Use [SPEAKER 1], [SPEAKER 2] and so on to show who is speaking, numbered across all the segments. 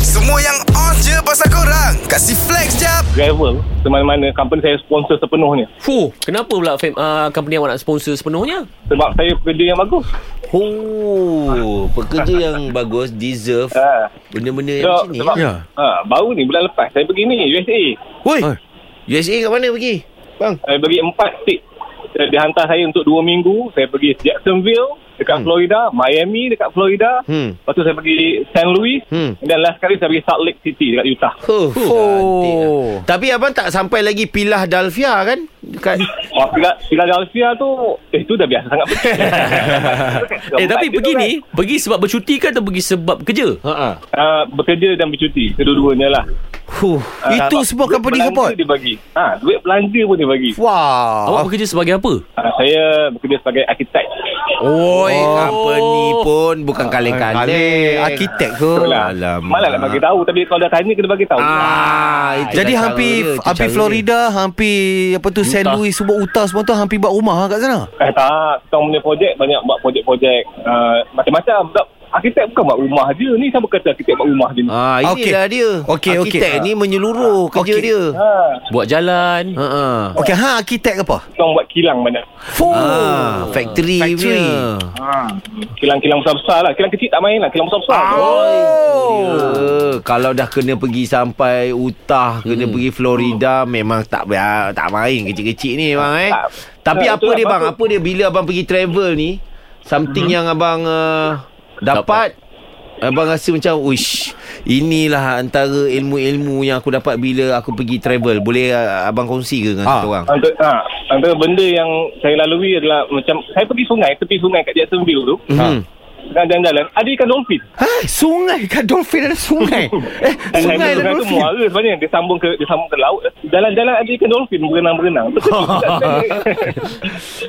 [SPEAKER 1] Semua yang on je pasal korang Kasih flex jap
[SPEAKER 2] Driver Semana-mana Company saya sponsor sepenuhnya
[SPEAKER 3] Fuh, kenapa pula fam, uh, company awak nak sponsor sepenuhnya?
[SPEAKER 2] Sebab saya pekerja yang bagus
[SPEAKER 4] Oh, pekerja yang bagus deserve
[SPEAKER 2] ha.
[SPEAKER 4] benda-benda
[SPEAKER 2] So,
[SPEAKER 4] yang Eh, macam ni.
[SPEAKER 2] sebab,
[SPEAKER 4] Ya.
[SPEAKER 2] yeah. ha, Baru ni bulan lepas Saya pergi ni USA
[SPEAKER 4] Woi. USA kat mana pergi? Bang.
[SPEAKER 2] Saya bagi empat state Dia dia hantar saya untuk dua minggu Saya pergi Jacksonville Dekat hmm. Florida Miami dekat Florida
[SPEAKER 4] Hmm.
[SPEAKER 2] Lepas tu saya pergi St. Louis
[SPEAKER 4] Hmm.
[SPEAKER 2] Dan last kali saya pergi Salt Lake City Dekat Utah
[SPEAKER 4] Huh, cantik lah. Tapi abang tak sampai lagi pilah Dalfia kan? Dekat
[SPEAKER 2] Oh, Phila- Philadelphia tu Eh tu dah biasa sangat pergi
[SPEAKER 3] eh, tapi pergi ni, pergi sebab bercuti ke atau pergi sebab kerja?
[SPEAKER 4] ha ah.
[SPEAKER 2] uh, Bekerja dan bercuti Kedua-duanya lah
[SPEAKER 4] Huh, itu
[SPEAKER 2] Ah,
[SPEAKER 4] sebab
[SPEAKER 2] duit
[SPEAKER 4] company
[SPEAKER 2] belanja
[SPEAKER 4] support.
[SPEAKER 2] dia bagi ha, Duit belanja pun dia bagi
[SPEAKER 4] Wah.
[SPEAKER 3] Awak bekerja sebagai apa?
[SPEAKER 2] ha, Saya bekerja sebagai arkitek
[SPEAKER 4] Oi,
[SPEAKER 3] Oh.
[SPEAKER 4] company pun bukan kaleng-kaleng.
[SPEAKER 5] Arkitek ke?
[SPEAKER 2] Betul lah Malah nak bagi tahu Tapi kalau dah tanya Kena bagi tahu
[SPEAKER 4] Ah, itu
[SPEAKER 5] Jadi
[SPEAKER 4] dah
[SPEAKER 5] hampir
[SPEAKER 4] cara dia, itu
[SPEAKER 5] hampir
[SPEAKER 4] cara
[SPEAKER 5] Florida, hampir apa tu St.
[SPEAKER 3] Utah.
[SPEAKER 5] Louis, sebut Utah semua tu hampir buat rumah kat sana.
[SPEAKER 2] Eh tak, kita orang punya projek banyak buat projek-projek uh, macam-macam. Sebab arkitek bukan buat rumah je. Ni siapa kata arkitek buat rumah je ni?
[SPEAKER 4] dia. Ah, inilah
[SPEAKER 5] Okey.
[SPEAKER 4] dia.
[SPEAKER 5] Okey, okey.
[SPEAKER 4] Arkitek ni menyeluruh kerja
[SPEAKER 5] Okey.
[SPEAKER 4] dia.
[SPEAKER 2] Ha,
[SPEAKER 3] Buat jalan.
[SPEAKER 4] Ha ah.
[SPEAKER 5] Okey, ha arkitek apa?
[SPEAKER 2] kita orang buat kilang banyak.
[SPEAKER 5] Fuh.
[SPEAKER 4] Ah, factory,
[SPEAKER 5] Oh. Factory.
[SPEAKER 4] punya.
[SPEAKER 2] Ha. Kilang-kilang besar-besar lah. Kilang kecil tak main lah. Kilang besar-besar.
[SPEAKER 4] Ah. Ya, kalau dah kena pergi sampai Utah, kena pergi Florida memang tak ah, tak main kecil-kecil ni bang eh.
[SPEAKER 2] Tak.
[SPEAKER 4] Tapi
[SPEAKER 2] Tak,
[SPEAKER 4] apa
[SPEAKER 2] itulah
[SPEAKER 4] dia bang?
[SPEAKER 2] patut.
[SPEAKER 4] Apa dia bila abang pergi travel ni? Something yang abang uh, dapat Abang rasa macam Uish Inilah antara ilmu-ilmu Yang aku dapat bila aku pergi travel Boleh uh, abang kongsi ke dengan
[SPEAKER 5] Ah.
[SPEAKER 4] kita orang?
[SPEAKER 2] Antara, ha, antara benda yang saya lalui adalah macam saya pergi sungai, tepi sungai kat Jacksonville tu. Ha.
[SPEAKER 4] Hmm.
[SPEAKER 2] Tengah jalan-jalan, ada ikan dolphin.
[SPEAKER 5] Ha, sungai kan dolphin ada sungai. eh,
[SPEAKER 2] Sungai,
[SPEAKER 5] sungai
[SPEAKER 2] sungai, sungai
[SPEAKER 5] ada
[SPEAKER 2] tu
[SPEAKER 5] dolphin.
[SPEAKER 2] muara sebenarnya. Dia sambung ke dia sambung ke laut. Jalan-jalan ada ikan dolphin berenang-berenang.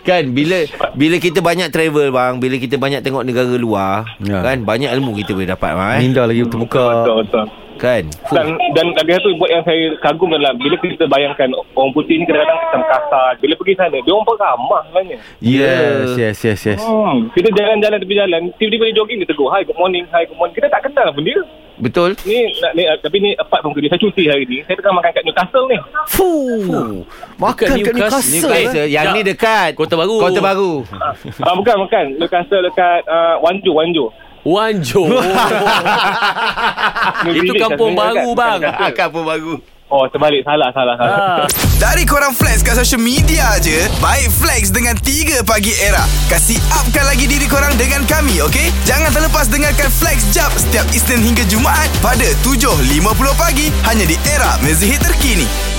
[SPEAKER 4] Kan bila bila kita banyak travel bang, bila kita banyak tengok negara luar,
[SPEAKER 5] Ya.
[SPEAKER 4] kan banyak ilmu kita boleh dapat bang. Eh?
[SPEAKER 5] Minda lagi terbuka.
[SPEAKER 2] Betul-betul.
[SPEAKER 4] Kan?
[SPEAKER 2] dan dan lagi satu buat yang saya kagum adalah bila kita bayangkan orang putih ni kadang-kadang macam kasar bila pergi sana dia orang peramah sebenarnya
[SPEAKER 5] Yes, yes, yes, yes.
[SPEAKER 2] hmm. kita jalan-jalan tepi jalan tiba-tiba dia jogging dia tegur hi good morning hi good morning kita tak kenal pun dia
[SPEAKER 4] Betul?
[SPEAKER 2] ni, nak, ni ah, tapi ni apart pun dia saya cuti hari ni saya tengah makan kat Newcastle ni
[SPEAKER 5] Fuh. Makan
[SPEAKER 3] Dekat
[SPEAKER 5] kat
[SPEAKER 3] Newcastle.
[SPEAKER 5] Newcastle.
[SPEAKER 4] Guys, eh,
[SPEAKER 5] eh.
[SPEAKER 4] yang ni dekat
[SPEAKER 3] Kota Baru.
[SPEAKER 4] Kota Baru.
[SPEAKER 2] ah, bukan bukan Newcastle dekat uh, Wanjo Wanjo
[SPEAKER 3] Wanjo.
[SPEAKER 2] New
[SPEAKER 3] Itu
[SPEAKER 2] Village
[SPEAKER 3] kampung
[SPEAKER 2] rasanya
[SPEAKER 3] baru, bang.
[SPEAKER 2] Bukan
[SPEAKER 3] Ah,
[SPEAKER 2] Newcastle.
[SPEAKER 4] pun Baru.
[SPEAKER 2] oh terbalik salah salah salah
[SPEAKER 1] Dari korang flex kat social media je Baik flex dengan 3 pagi era Kasih upkan lagi diri korang dengan kami okay? Jangan terlepas dengarkan flex jap Setiap Isnin hingga Jumaat Pada 7.50 pagi Hanya di era mezihit terkini